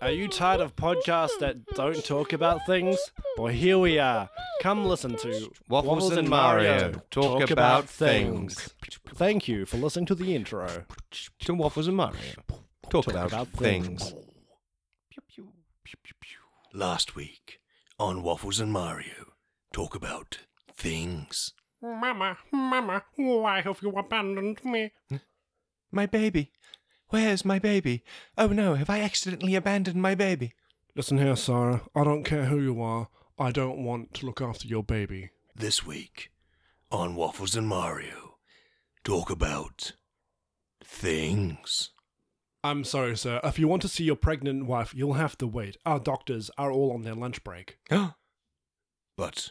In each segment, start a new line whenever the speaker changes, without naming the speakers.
Are you tired of podcasts that don't talk about things? Well, here we are. Come listen to Waffles,
and Mario talk about things.
Thank you for listening to the intro.
To waffles and Mario. Talk, about, things.
Last week on Waffles and Mario, talk about things.
Mama, Mama, why have you abandoned me?
My baby. Where's my baby? Oh no, have I accidentally abandoned my baby?
Listen here, Sarah. I don't care who you are. I don't want to look after your baby.
This week on Waffles and Mario, talk about things.
I'm sorry, sir. If you want to see your pregnant wife, you'll have to wait. Our doctors are all on their lunch break.
Oh.
But,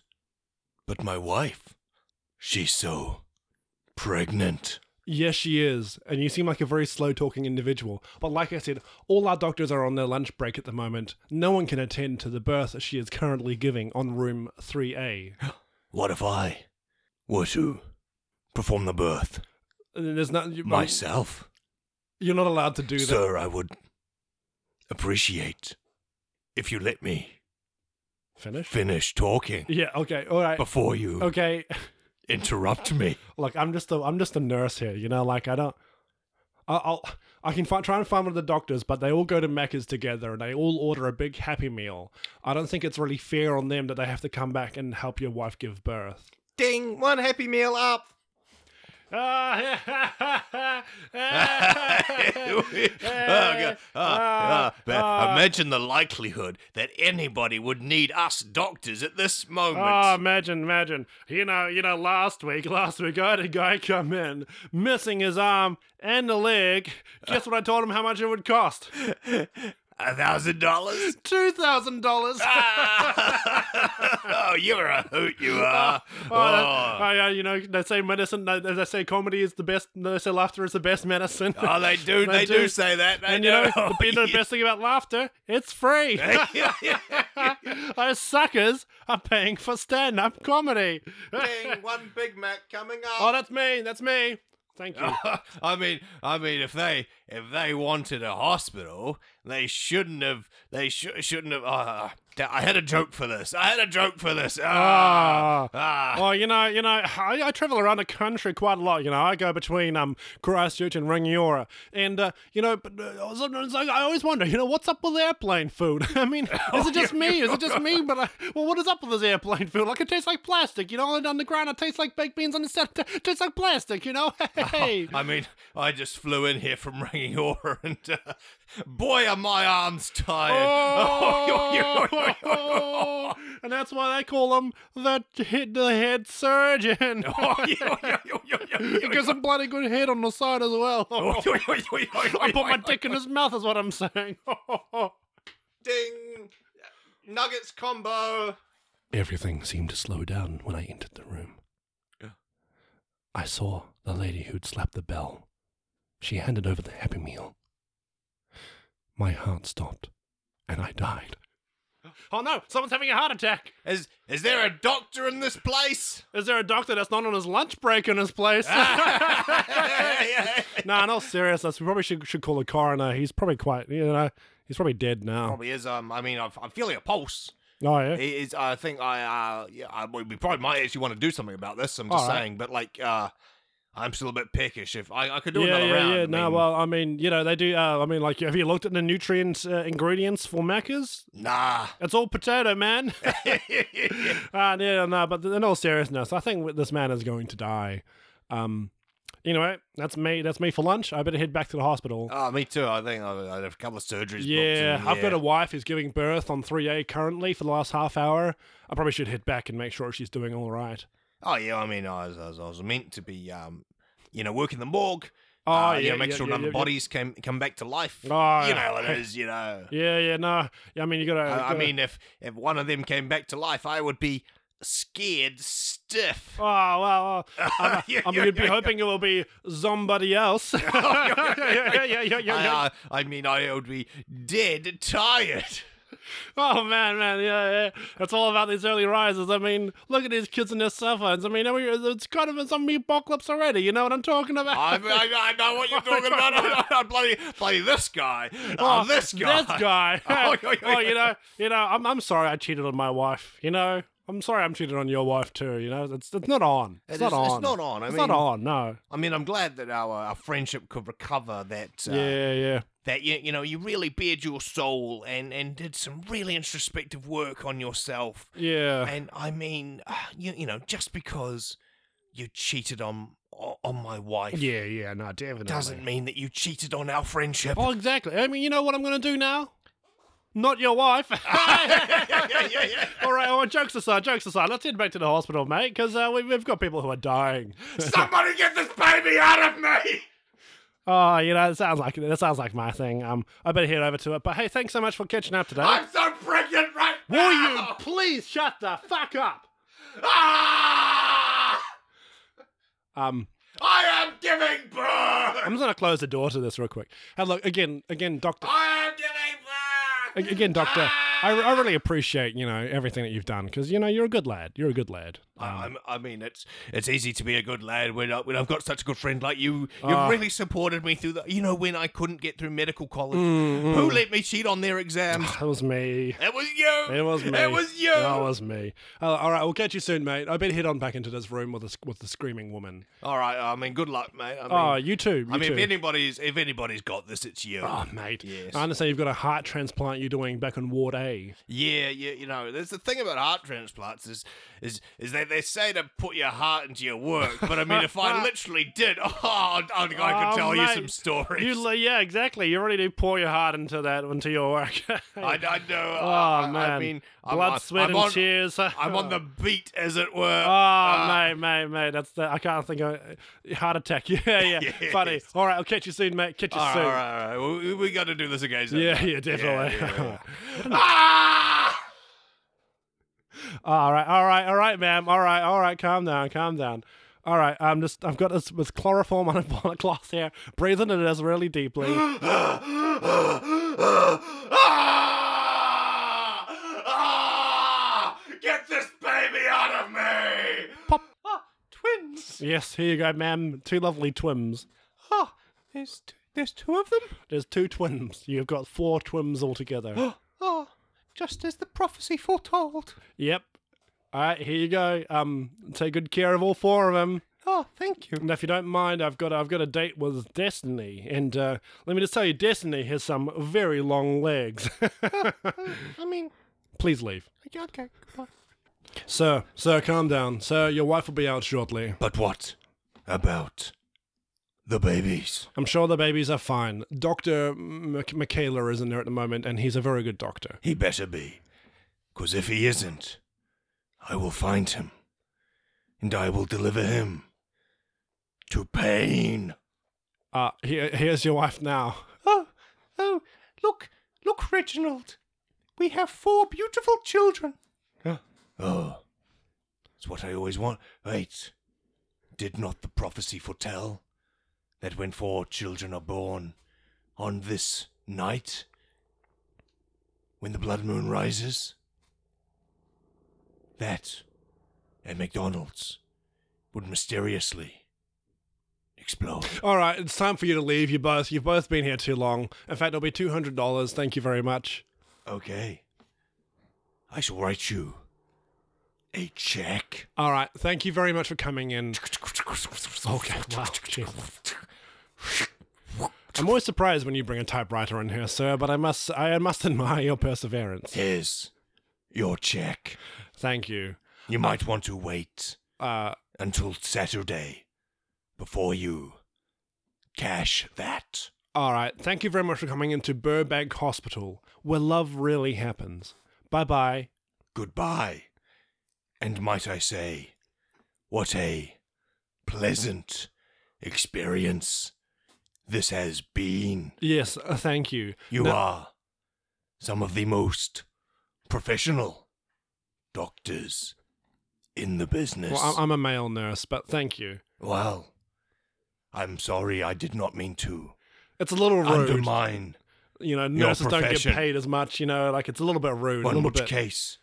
but my wife, she's so pregnant.
Yes, she is. And you seem like a very slow talking individual. But like I said, all our doctors are on their lunch break at the moment. No one can attend to the birth she is currently giving on room 3A.
What if I were to perform the birth
And There's not, you-
myself?
You're not allowed to do that.
Sir, I would appreciate if you let me
Finish?
finish talking
yeah, okay. All right.
before you
Okay.
interrupt me.
Look, I'm just a I'm just a nurse here, you know. Like I don't, I- I'll I can fi- try and find one of the doctors, but they all go to Macca's together and they all order a big Happy Meal. I don't think it's really fair on them that they have to come back and help your wife give birth.
Ding! One happy meal up!
oh, God. Ah, ah, but imagine the likelihood that anybody would need us doctors at this moment.
Oh, imagine, imagine. You know, you know, last week, last week I had a guy come in, missing his arm and a leg. Guess what I told him how much it would cost?
A thousand dollars?
Two thousand dollars.
Oh, you're a hoot, you are.
Oh, that- oh, yeah, you know, they say medicine, they, they say comedy is the best, they say laughter is the best medicine.
Oh, they do.
They
They,
do.
do say that. They
and
do.
you know,
Oh,
the, you know the best thing about laughter, it's free.
yeah.
Those suckers are paying for stand up comedy.
Ding! One Big Mac coming
oh, that's me, that's me. Thank you.
I mean, I mean, if they if they wanted a hospital, they shouldn't have. They sh- shouldn't have. ah, I had a joke for this. I had a joke for this. Ah,
Ah.
ah.
Oh, you know, you know, I, I travel around the country quite a lot. You know, I go between um Christchurch and Rangiora, and uh, you know, but uh, sometimes I, I always wonder, you know, what's up with airplane food? I mean, is it just me? Is it just me? But I, well, what is up with this airplane food? Like it tastes like plastic. You know, on the ground it tastes like baked beans. On the set it tastes like plastic. You know, hey.
I mean, I just flew in here from Rangiora, and uh, boy, are my arms tired.
Oh, and that's why they call him the head, the head surgeon. He gives a bloody good head on the side as well. I put my dick in his mouth, is what I'm saying.
Ding! Nuggets combo!
Everything seemed to slow down when I entered the room. I saw the lady who'd slapped the bell. She handed over the Happy Meal. My heart stopped, and I died. Oh no, someone's having a heart attack.
Is is there a doctor in this place?
Is there a doctor that's not on his lunch break in his place?
Ah.
nah, no seriousness. We probably should, should call a coroner. He's probably quite, you know, he's probably dead now.
Probably is. Um, I mean, I've, I'm feeling a pulse.
Oh, yeah.
It is. I think I. Uh, yeah, I we we probably might actually want to do something about this. I'm just
All right.
saying, but like, uh, I'm still a bit peckish. If I, I could do
yeah,
another
yeah,
round.
yeah.
I
No,
mean-
well, I mean, you know, they do. Uh, I mean, like, have you looked at the nutrient uh, ingredients for macas?
nah.
It's all potato, man. uh, yeah, no, but in all seriousness, I think this man is going to die. Um, anyway, that's me. That's me for lunch. I better head back to the hospital.
oh, me too. I think I, I have a couple of surgeries.
yeah,
booked and,
I've got a wife who's giving birth on 3A currently for the last half hour. I probably should head back and make sure she's doing all right.
Oh yeah, I mean, I was, I was, I was meant to be, um, you know, work in the morgue.
Oh,
uh, you
yeah,
know, make
yeah,
sure
yeah,
none of
yeah,
the bodies came come back to life.
Oh, yeah.
you know, it is. You know,
Yeah, yeah, no. Yeah, I mean, you gotta.
I, I
gotta-
mean, if if one of them came back to life, I would be scared stiff.
Oh, well, well, I,
Yeah,
I mean,
yeah,
you'd be
yeah,
hoping it will be somebody else. Oh, yeah, yeah, yeah, yeah, yeah, yeah.
I, uh, I mean, I would be dead tired.
Oh man, man, yeah, yeah. It's all about these early risers. I mean, look at these kids and their cell phones. I mean, we- it's kind of a zombie apocalypse already. You know what I'm talking about?
I, I, I know what you're talking about. I, I, bloody, bloody this guy. Oh, this guy.
This guy.
Oh, yeah, yeah,
oh, you
yeah.
know, you know, I'm, I'm sorry I cheated on my wife. You know, I'm sorry I'm cheating on your wife too. You know, it's it's not on. It's
It
not
is-
on.
it's not on. I
it's
mean-
not on. No.
I mean, I'm glad that our, our friendship could recover that. Uh,
yeah, yeah.
That you, you know, you really bared your soul and and did some really introspective work on yourself.
Yeah.
And I mean, ah, you you know, just because you cheated on on my wife
yeah, yeah, no, definitely.
doesn't mean that you cheated on our friendship.
Oh, exactly. I mean, you know what I'm going to do now? Not your wife.
yeah, yeah, yeah.
All right, well, jokes aside, jokes aside, let's head back to the hospital, mate, because uh, we, we've got people who are dying.
Somebody get this baby out of me!
Oh, you know, that sounds like that sounds like my thing. Um, I better head over to it. But hey, thanks so much for catching up today.
so pregnant right
Will you please shut the fuck up?
Ah!
Um,
I am giving birth!
I'm just gonna close the door to this real quick. Hey, look again, again, doctor.
I am giving birth!
a- Again, doctor. I, I really appreciate you know everything that you've done because you know you're a good lad. You're a good lad.
I, I'm- I mean, it's it's easy to be a good lad when, I, when I've got such a good friend like you. You've
Ah.
really supported me through the. You know, when I couldn't get through medical college,
Mm-hmm.
who let me cheat on their exams?
That was me.
it was you.
It was me.
It was you.
That was me. Uh, all right, we'll catch you soon, mate. I better head on back into this room with the, with the screaming woman.
All right. I mean, good luck, mate. I mean,
Oh, you too. You
I mean,
too.
if anybody's if anybody's got this, it's you.
Oh, mate.
Yes.
I understand you've got a heart transplant you're doing back in Ward A.
Yeah, yeah, you know, there's the thing about heart transplants is is is that they say to put your heart into your work, but I mean, if I literally did, oh, I, I could
Oh,
tell you
mate.
some stories.
You, li- yeah, exactly. You really do pour your heart into that, into your work.
I, I know.
oh,
I, I-
man.
I mean, I'm-
Blood,
I'm,
sweat,
I'm
and
on,
tears.
I'm on the uh, beat, as it were. Ah,
Oh, mate, mate, mate. That's the, I can't think of uh, Heart attack. Yeah, yeah.
Yes.
Funny. All right, I'll catch you soon, mate. Catch you
all right,
soon.
all right, all right. We, we got to do this again. sometime.
Yeah, yeah, definitely.
yeah, yeah. ah!
All right, all right, all right, ma'am. All right, all right. Calm down, calm down. All right, I'm just, I've got this with chloroform on a, on a glass here. Breathe into this really deeply.
Ah! Get this baby out of me!
Pop.
Ah, Twins.
Yes, here you go, ma'am. Two lovely twins.
Oh, there's t- there's two of them.
There's two twins. You've got four twins altogether.
Oh, just as the prophecy foretold.
yep. All right, here you go. Um, take good care of all four of them.
Oh, thank you.
And if you don't mind, I've got I've got a date with Destiny, and uh, let me just tell you, Destiny has some very long legs.
I mean,
Please leave,
okay, goodbye.
sir. Sir, calm down, sir. Your wife will be out shortly.
But what about the babies?
I'm sure the babies are fine. Doctor Mc Michaela is in there at the moment, and he's a very good doctor.
He better be. Because if he isn't, I will find him. And I will deliver him to pain.
Uh, here, here's your wife now.
Oh, oh, look, look, Reginald. We have four beautiful children.
Oh, it's what I always want. Wait, did not the prophecy foretell that when four children are born on this night, when the blood moon rises, that at McDonald's would mysteriously explode?
All right, it's time for you to leave. You both, you've both been here too long. In fact, it'll be two hundred dollars. Thank you very much.
Okay, I shall write you a check.
All right, thank you very much for coming in.
Okay,
wow, I'm always surprised when you bring a typewriter in here, sir. But I must, I must admire your perseverance.
Here's your check.
Thank you.
You might want to wait
Uh,
until Saturday before you cash that.
all right, thank you very much for coming into Burbank Hospital, where love really happens. Bye bye.
Goodbye. And might I say, what a pleasant experience this has been.
Yes, uh, thank you.
You
No-
are some of the most professional doctors in the business.
Well, I- I'm a male nurse, but thank you.
Well, I'm sorry I did not mean to
It's a little rude.
undermine
you know, nurses don't get
profession.
paid as much, you know, like it's a little bit rude. a
On
little
which
bit.
case.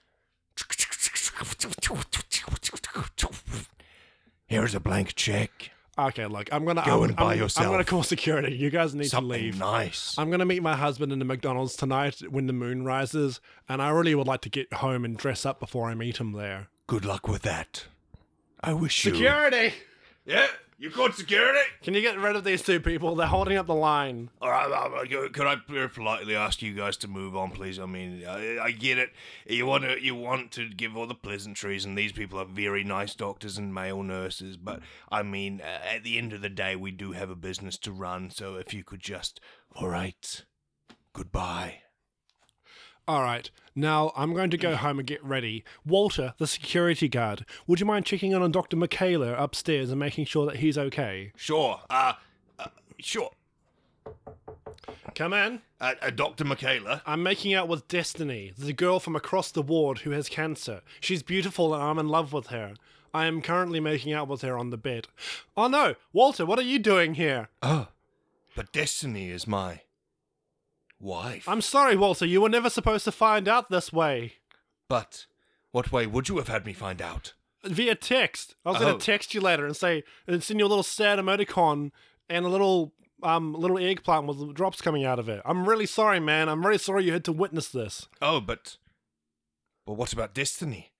Here's a blank check.
Okay, look, I'm gonna
Go
I'm,
and buy
I'm- I'm
yourself
gonna call security. You guys need
Something
to leave.
nice.
I'm gonna meet my husband in the McDonald's tonight when the moon rises, and I really would like to get home and dress up before I meet him there.
Good luck with that. I wish you.
Security,
Yeah, you called security.
can you get rid of these two people? They're holding up the line.
All right, all right, go- could I very politely ask you guys to move on, please? I mean, I, I get it. You want to you want to give all the pleasantries, and these people are very nice doctors and male nurses. But I mean, uh, at the end of the day, we do have a business to run. So if you could just, all right, goodbye.
All right, now I'm going to go home and get ready. Walter, the security guard, would you mind checking in on Doctor Michaela upstairs and making sure that he's okay?
Sure. Uh, uh sure.
Come in.
Uh, uh, Doctor Michaela.
I'm making out with Destiny, the girl from across the ward who has cancer. She's beautiful and I'm in love with her. I am currently making out with her on the bed. Oh no, Walter, what are you doing here?
Oh, but Destiny is my wife.
I'm sorry, Walter, you were never supposed to find out this way.
But what way would you have had me find out?
Via text. I was
Oh.
gonna text you later and say and send you a little sad emoticon and a little um little eggplant with drops coming out of it. I'm really sorry, man. I'm really sorry you had to witness this.
Oh, but. But what about Destiny?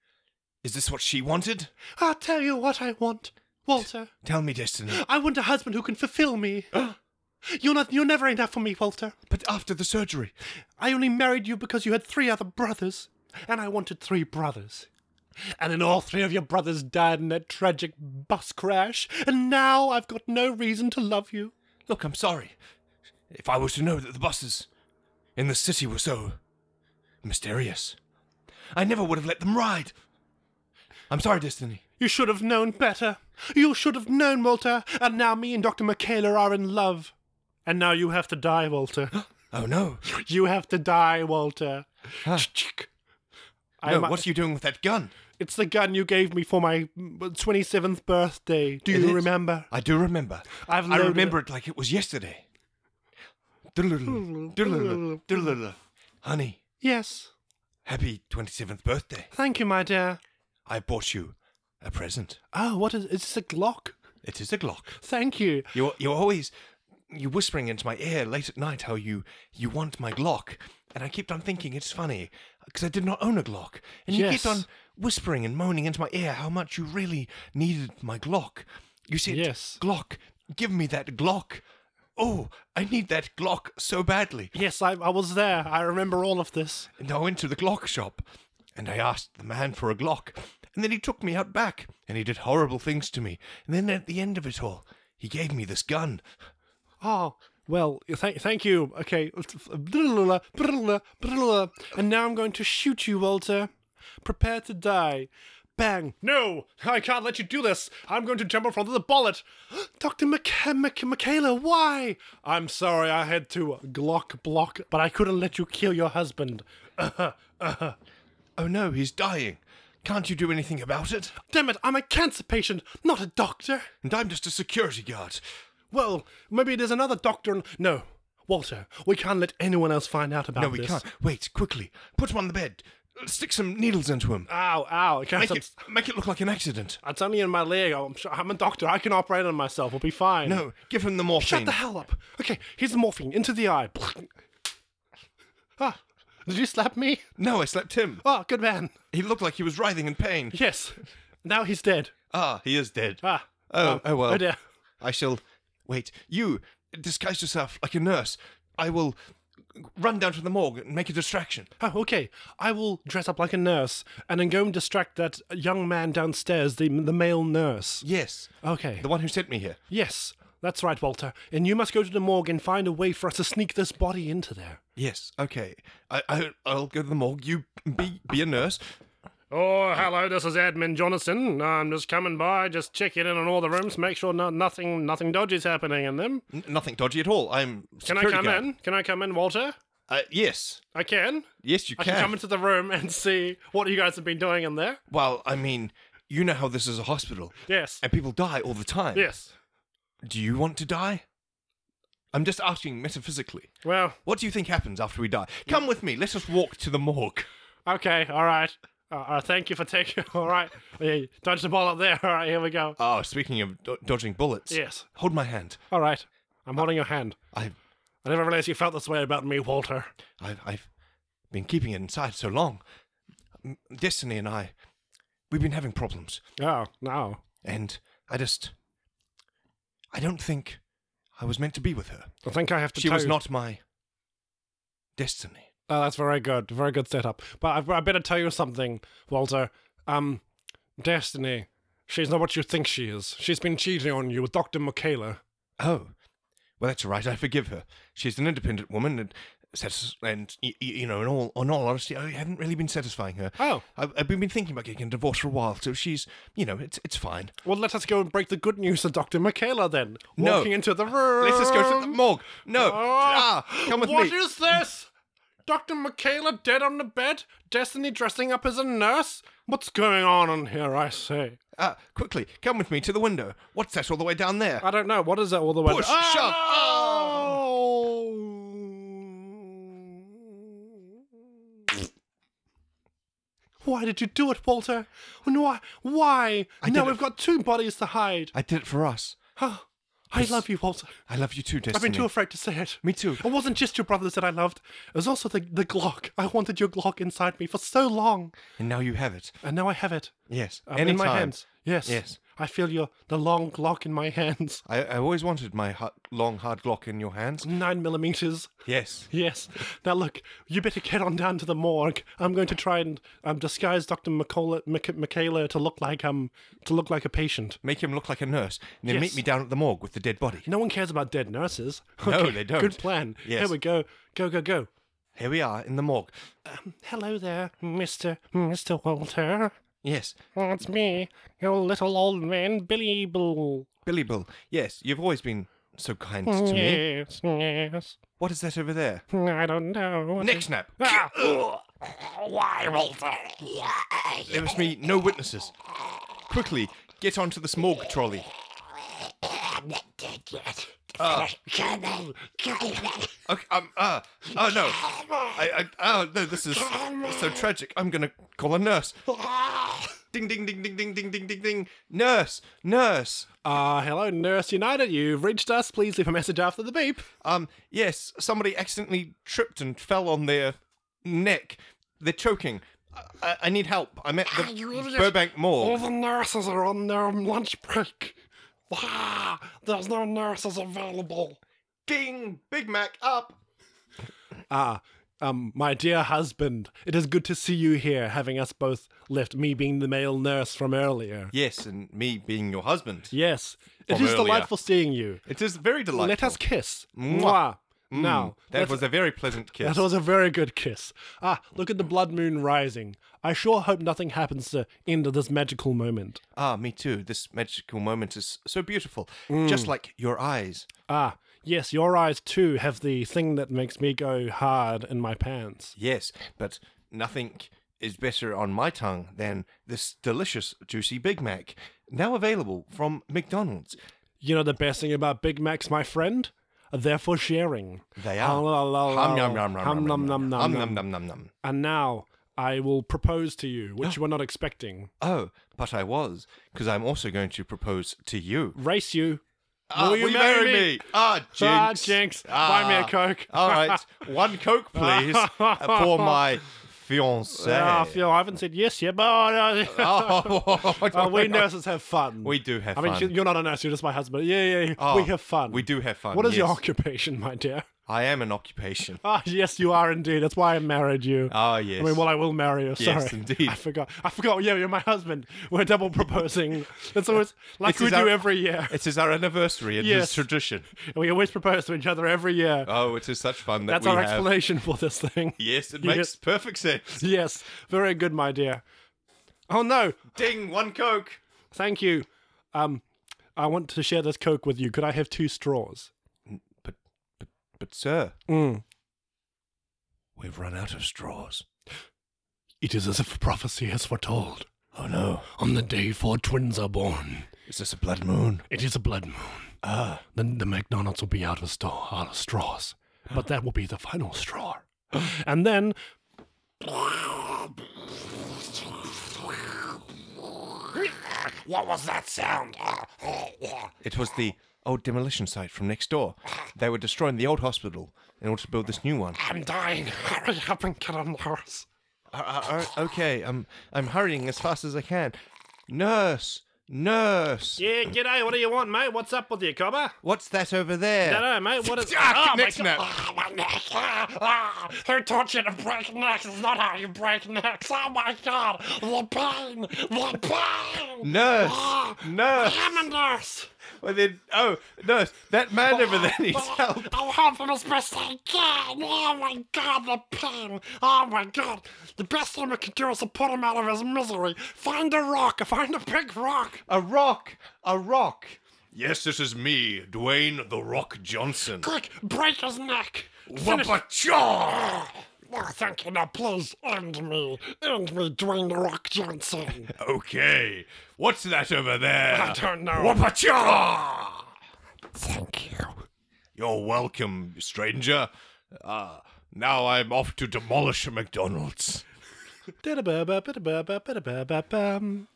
Is this what she wanted?
I'll tell you what I want, Walter.
Tell me, Destiny.
I want a husband who can fulfill me. you're not you're never enough for me, Walter.
But after the surgery.
I only married you because you had three other brothers, and I wanted three brothers. And then all three of your brothers died in that tragic bus crash, and now I've got no reason to love you.
Look, I'm sorry. If I was to know that the buses in the city were so. mysterious, I never would have let them ride. I'm sorry, Destiny.
You should have known better. You should have known, Walter, and now me and Dr. Michaela are in love. And now you have to die, Walter.
Oh, no.
you have to die, Walter.
No, what are you doing with that gun?
It's the gun you gave me for my mm, 27th birthday. Do
It
you
is.
remember?
I do remember.
I've
I
loaded
remember it like it was yesterday. Doodle-doodle, doodle-doodle, doodle-doodle. Honey,
Yes.
happy 27th birthday.
Thank you, my dear.
I bought you a present.
Oh, what is is this a Glock?
It is a Glock.
Thank you.
You're you're always you whispering into my ear late at night how you you want my Glock, and I kept on thinking it's funny because I did not own a Glock, and you
Yes.
kept on whispering and moaning into my ear how much you really needed my Glock. You said,
Yes.
Glock, give me that Glock." Oh, I need that Glock so badly.
Yes, I, I was there. I remember all of this.
And I went to the Glock shop and I asked the man for a Glock. And then he took me out back and he did horrible things to me. And then at the end of it all, he gave me this gun.
Oh, well, th- thank you. Okay. And now I'm going to shoot you, Walter. Prepare to die. Bang. No, I can't let you do this. I'm going to jump in front of the bullet. Dr. Micha- Mich- Michaela, why? I'm sorry I had to Glock block, but I couldn't let you kill your husband.
Oh no, he's dying. Can't you do anything about it?
Damn it, I'm a cancer patient, not a doctor.
And I'm just a security guard.
Well, maybe there's another doctor. and No, Walter, we can't let anyone else find out about
No, we
this.
can't. Wait, quickly. Put him on the bed. Stick some needles into him.
Ow, ow! It
Make
can't,
it,
it's,
make it look like an accident.
it's only in my leg. I'm, sure, I'm a doctor. I can operate on myself. We'll be fine.
No, give him the morphine.
shut the hell up. Okay, here's the morphine into the eye. ah, did you slap me?
No, I slapped him.
Oh, good man.
He looked like he was writhing in pain.
Yes, now he's dead.
Ah, he is dead.
Ah.
Oh,
um,
oh well.
Oh dear.
I shall. Wait, you disguise yourself like a nurse. I will run down to the morgue and make a distraction.
Oh, okay. I will dress up like a nurse and then go and distract that young man downstairs, the the male nurse.
Yes,
Okay.
the one who sent me here.
Yes, that's right, Walter. And you must go to the morgue and find a way for us to sneak this body into there.
Yes, okay. I, I I'll go to the morgue. You be be a nurse.
Oh, hello. This is Admin Jonathan. I'm just coming by, just checking in on all the rooms, make sure no, nothing nothing dodgy's happening in them.
N- nothing dodgy at all. I'm.
Can I
security
come
guard.
in? Can I come in, Walter?
Uh, yes,
I can.
yes, you
I
can.
can come into the room and see what you guys have been doing in there.
well, I mean, you know how this is a hospital,
Yes.
and people die all the time.
Yes.
Do you want to die? I'm just asking metaphysically.
Well,
What do you think happens after we die? Come with me. Let us walk to the morgue.
okay, all right. Uh, uh, thank you for taking. All right, yeah, dodge the ball up there. All right, here we go.
Oh, speaking of do- dodging bullets.
Yes.
Hold my hand.
All right, I'm holding your hand.
I,
I never realized you felt this way about me, Walter.
I, I've been keeping it inside so long. M- Destiny and I, we've been having problems,
Oh no.
and I just, I don't think I was meant to be with her.
I think I have to.
She
tell
was
you-
not my destiny.
Oh, that's very good. Very good setup. But I, I better tell you something, Walter. Um, Destiny, she's not what you think she is. She's been cheating on you with Dr. Michaela.
Oh, well, that's all right. I forgive her. She's an independent woman, and satis- and y- y- you know, in all, in all honesty, I haven't really been satisfying her.
Oh.
I've, I've been been thinking about getting a divorce for a while, so she's, you know, it's it's fine.
Well, let us go and break the good news to Dr. Michaela then.
No.
Walking into the room.
Let us go to the morgue. No, ah, come with
What
me.
is this? Dr. Michaela dead on the bed? Destiny dressing up as a nurse? What's going on in here, I say?
Ah, quickly, come with me to the window. What's that all the way down there?
I don't know. What is that all the way?
Push,
Ah!
shove.
Why did you do it, Walter? And why? Why?
I
now
did it-
we've got two bodies to hide.
I did it for us.
Oh, I love you, Walter.
I love you too, Destiny.
I've been too afraid to say it.
Me too.
It wasn't just your brothers that I loved. It was also the, the Glock. I wanted your Glock inside me for so long,
and now you have it.
and now I have it.
Yes,
Um,
anytime.
in my hands. Yes.
Yes.
I feel your the long Glock in my hands.
I, I always wanted my hu- long hard glock in your hands.
Nine millimeters.
Yes.
Yes. Now look, you better get on down to the morgue. I'm going to try and um, disguise Doctor Michaela, Mic- Michaela to look like um to look like a patient.
make him look like a nurse, and then meet
Yes.
me down at the morgue with the dead body.
No one cares about dead nurses.
No, they don't.
Good plan.
Yes.
Here we go. Go go go.
Here we are in the morgue.
Hello there, Mister Mister Walter.
Yes,
It's me, your little old man, Billy Bull.
Billy Bull. Yes, you've always been so kind to me.
Yes, yes.
What is that over there?
I don't know.
Neck snap.
Ah!
There must be no witnesses. Quickly, get onto this morgue trolley. I'm not dead yet. Okay, um, uh, oh no. I, I, oh no, this is so tragic. I'm gonna call a nurse. Ding, ding, ding, ding, ding, ding, ding, ding, ding. Nurse, nurse.
Ah, hello, Nurse United. You've reached us. Please leave a message after the beep.
Um, yes, somebody accidentally tripped and fell on their neck. They're choking. I, I, I need help. I'm at
Ah, you
the
idiot.
Burbank
All
Mall.
the nurses are on their lunch break. Ah, there's no nurses available.
Ding! Big Mac up!
Ah, um, my dear husband, it is good to see you here, having us both left, me being the male nurse from earlier.
Yes, and me being your husband.
Yes, it is
From earlier.
delightful seeing you.
It is very delightful.
Let us kiss.
Mwah.
Mwah.
Mm,
Now,
that
let's-
was a very pleasant kiss.
That was a very good kiss. Ah, look at the blood moon rising. I sure hope nothing happens to end of this magical moment.
Ah, me too. This magical moment is so beautiful,
Mm.
just like your eyes.
Ah, yes, your eyes too have the thing that makes me go hard in my pants.
Yes, but nothing is better on my tongue than this delicious, juicy Big Mac, now available from McDonald's.
You know the best thing about Big Macs, my friend? They're for sharing.
They
Hum, Ah, la, la, la.
Hum yum yum yum
Hum,
yum
nom, nom, nom,
Hum
nom.
yum yum yum yum.
And now I will propose to you, which you were not expecting.
Oh, but I was, because I'm also going to propose to you.
Race you.
Ah,
will you marry me?
Ah, jinx. Ah.
Ah, jinx. Buy me a Coke.
all right, one Coke, please, uh, for my fiancée.
Ah, Phil, I haven't said yes yet, but uh,
oh,
uh, we nurses have fun.
We do have
I mean,
fun.
you- you're not a nurse, you're just my husband. Yeah, yeah, yeah.
Oh,
we have fun.
We do have fun.
What is your
yes.
occupation, my dear?
I am an occupation.
Ah, yes, you are indeed. That's why I married you.
Ah, yes.
I mean, well, I will marry you. Sorry.
Yes, indeed.
I forgot. I forgot. Yeah, you're my husband. We're double proposing. That's always like
This
we
is
do
our-
every year.
it is our anniversary. It is
Yes.
tradition.
We always propose to each other every year.
Oh, it is such fun that
That's
we
our
have.
explanation for this thing.
Yes, it
Yes.
makes perfect sense.
Yes, very good, my dear. Oh no,
Ding, one Coke.
thank you. Um, I want to share this coke with you. Could I have two straws?
But, but, but, sir,
Mm.
We've run out of straws.
It is as if prophecy has foretold.
Oh no.
On the day four twins are born,
Is this a blood moon?
it is a blood moon. the, the McDonald's will be out of, store, out of straws. But that will be the final straw. And then
What was that sound?
It was the old demolition site from next door. They were destroying the old hospital in order to build this new one.
I'm dying. Hurry up and get on the horse.
Uh, uh, uh, okay, I'm I'm hurrying as fast as I can. Nurse, nurse,
Eh,
Yeah, g'day. What do you want, mate? What's up with you, cobber?
what's that over there?
Dunno, mate. What is?
Ah,
oh, my
next nap.
Ah, my neck. Ah, ah. Who taught you to break necks? It's not how you break necks. Oh my god. The pain. The pain.
Nurse,
Ah,
nurse.
I'm a nurse.
Well then, oh, nurse, that man over there needs help.
I'll help him as best I can. Oh my god, the pain. Oh my god. The best thing we can do is to put him out of his misery. Find a rock. Find a big rock.
A rock, a rock.
Yes, this is me, Dwayne the Rock Johnson.
Quick, break his neck. Finish
Wubba-chaw!
No, thank you. Now, please end me. End me, Dwayne The Rock Johnson.
Okay, what's that over
I
there?
don't know.
Wubba-chaw!
Thank you.
You're welcome, stranger. Ah, now I'm off to demolish a McDonald's.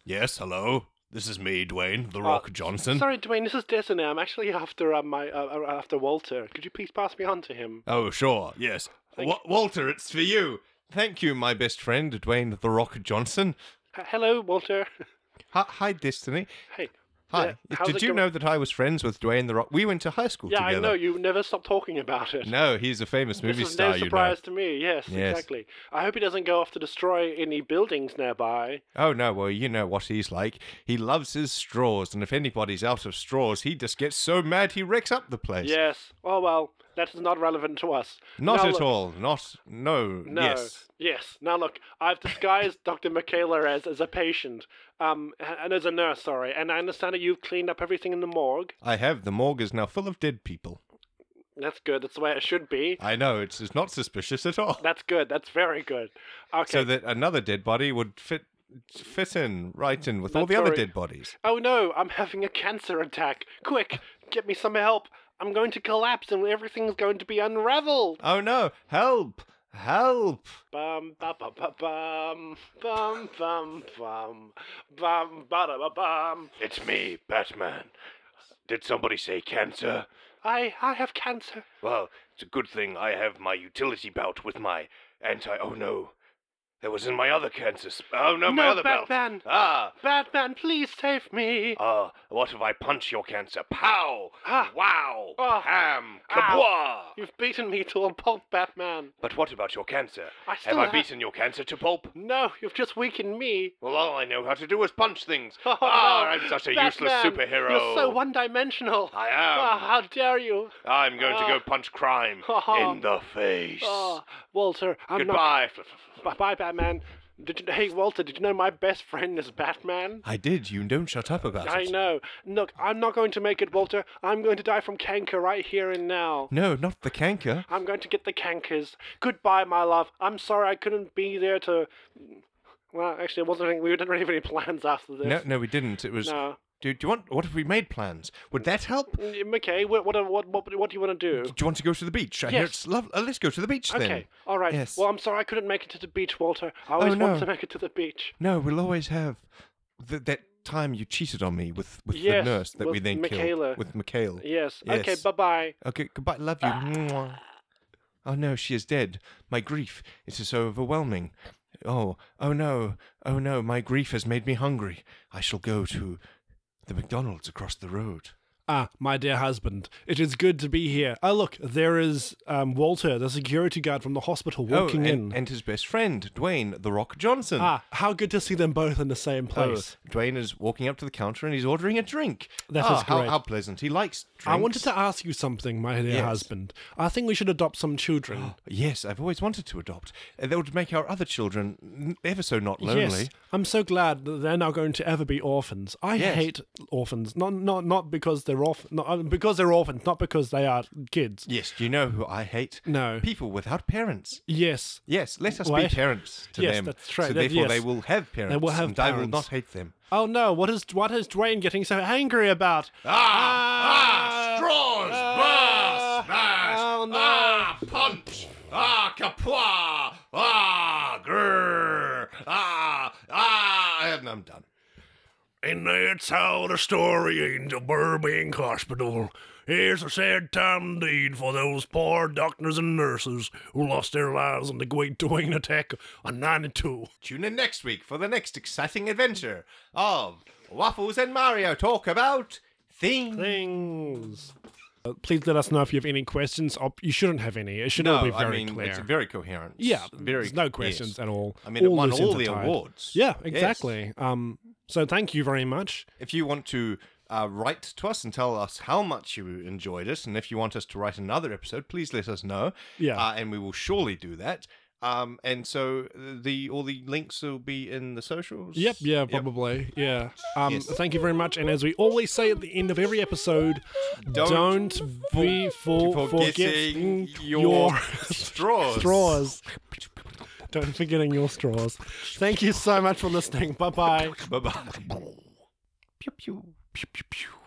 Yes, hello. This is me, Dwayne the Rock Johnson.
Uh, sorry, Dwayne, this is Destiny. I'm actually after um, my uh, uh, after Walter. Could you please pass me on to him?
Oh, sure. Yes.
Wa- Walter, it's for you. Thank you, my best friend, Dwayne the Rock Johnson.
H- hello, Walter.
Hi, hi Destiny.
hey.
Hi.
Yeah, how's
Did
it
you
go-
know that I was friends with Dwayne the Rock? We went to high school
Yeah,
together.
I know you never stop talking about it.
No, he's a famous movie
this is
star,
no
you
surprise to me. Yes,
Yes.
exactly. I hope he doesn't go off to destroy any buildings nearby.
know. Oh no, well you know what he's like. He loves his straws, and if anybody's out of straws, he just gets so mad he wrecks up the place.
Yes. Oh well, that is not relevant to us.
Not
Now
at
look-
all. Not no.
No.
Yes.
Yes. Now look, I've disguised Dr. Michaela as, as a patient, um, and as a nurse. Sorry, and I understand that you've cleaned up everything in the morgue.
I have. The morgue is now full of dead people.
That's good. That's the way it should be.
I know, it's, it's not suspicious at all.
That's good. That's very good. Okay.
So that another dead body would fit fit in right in with all
That's
the other
very-
dead bodies.
oh no, I'm having a cancer attack. Quick, get me some help. I'm going to collapse and everything's going to be unraveled.
Oh no, help! Help!
Bum ba ba ba bum bum bum bum bum ba da ba bum.
It's me, Batman. Did somebody say cancer?
I I have cancer.
Well, it's a good thing I have my utility belt with my anti. Oh no, that was in my other cancer. Sp- oh no, my
No,
other
Batman.
belt. Ah,
Batman, please save me.
ah. what if I punch your cancer? Pow!
Ah.
Wow!
Ah.
Ham!
Ow.
Kabwa!
You've beaten me to a pulp, Batman.
But what about your cancer?
I
have
still
I
ha-
beaten your cancer to pulp?
No, you've just weakened me.
Well, all I know how to do is punch things.
Oh,
ah,
no.
I'm such a
Batman,
useless superhero.
You're so one-dimensional.
I
Ah,
am.
how dare you?
I'm going to
Ah.
go punch crime
Oh.
in the face.
Oh, Walter, I'm
Goodbye.
not. Bye, bye, Batman. Did you, hey, Walter, did you know my best friend is Batman?
I did, you don't shut up about
I
it.
know. Look, I'm not going to make it, Walter. I'm going to die from canker right here and now.
No, not the canker.
I'm going to get the cankers. Goodbye, my love. I'm sorry I couldn't be there to. Well, actually, it wasn't. any- We didn't really have any plans after this.
No, no, we didn't. It was.
No.
Do, do you want? What if we made plans? Would that help? Do
Mm, Okay, what what what what, what do you want to do?
you want to go to the beach? I hear
Yes.
it's love. Uh, let's go to the beach then.
Okay, all right.
Yes. Oh,
Well, I'm sorry I couldn't make it to the beach, Walter. I always
no.
want to make it to the beach.
No, we'll always have th- that time you cheated on me with, with
Yes,
the nurse that we
with
then
Michaela.
killed with Michaela.
Yes. Okay.
Yes.
Bye bye.
Okay, goodbye. Love
Ah.
you. Mwah. Oh no, she is dead. My grief, it is so overwhelming. Oh, oh no, oh no, my grief has made me hungry. I shall go to the McDonald's across the road.
Ah, my dear husband, it is good to be here. Oh, look, there is um, Walter, the security guard from the hospital, walking
oh,
in.
and, and his best friend, Dwayne the Rock Johnson.
Ah, how good to see them both in the same
Oh,
place.
Dwayne is walking up to the counter and he's ordering a drink.
That
Ah,
is
how,
great.
how pleasant. He likes drinks.
I wanted to ask you something, my dear
Yes.
husband. I think we should adopt some children.
Yes, I've always wanted to adopt. Uh, That would make our other children n- ever so not lonely.
Yes, I'm so glad that they're not going to ever be orphans. I
Yes.
hate orphans, not not not because they're orph- not uh, because they're orphans, not because they are kids.
Yes, do you know who I hate?
No.
People without parents.
Yes,
Yes, let us
Wait.
be parents to
Yes,
them.
that's right,
So
that-
therefore, they
yes.
will have parents.
have
and I will
parents.
not hate them.
Oh no! What is what is Dwayne getting so angry about? Ah!
Straws!
Ah,
ah,
Burst! Bash!
oh, no.
Ah! Punch! Ah! Kapwa! Ah! Grrr! Ah! Ah! I have, I'm done.
And that's how the story ends of Burbank Hospital. It's a sad time indeed for those poor doctors and nurses who lost their lives in the Great Duane attack on 92.
Tune in next week for the next exciting adventure of Waffles and Mario talk about things.
Things.
Uh, please let us know if you have any questions. Op- you shouldn't have any. It should all be
No,
very
Oh, I mean
clear.
it's very coherent.
yeah,
very.
there's no
yes.
questions at all.
I mean, it won
loose ends
all
are
the
tied.
awards.
Yeah,
Yes.
exactly. Um, so thank you very much.
If you want to uh, write to us and tell us how much you enjoyed it, and if you want us to write another episode, please let us know.
Yeah.
uh, and we will surely do that. Um, and so the all the links will be in the socials.
Yep, yeah, probably. Yeah. Um,
Yes.
Thank you very much. And as we always say at the end of every episode,
Don't
don't, be for,
Forgetting
forgetting
your
your
straws.
straws. Don't forgetting your straws. Thank you so much for listening. Bye bye.
Bye bye.
Pew pew. Pew pew pew.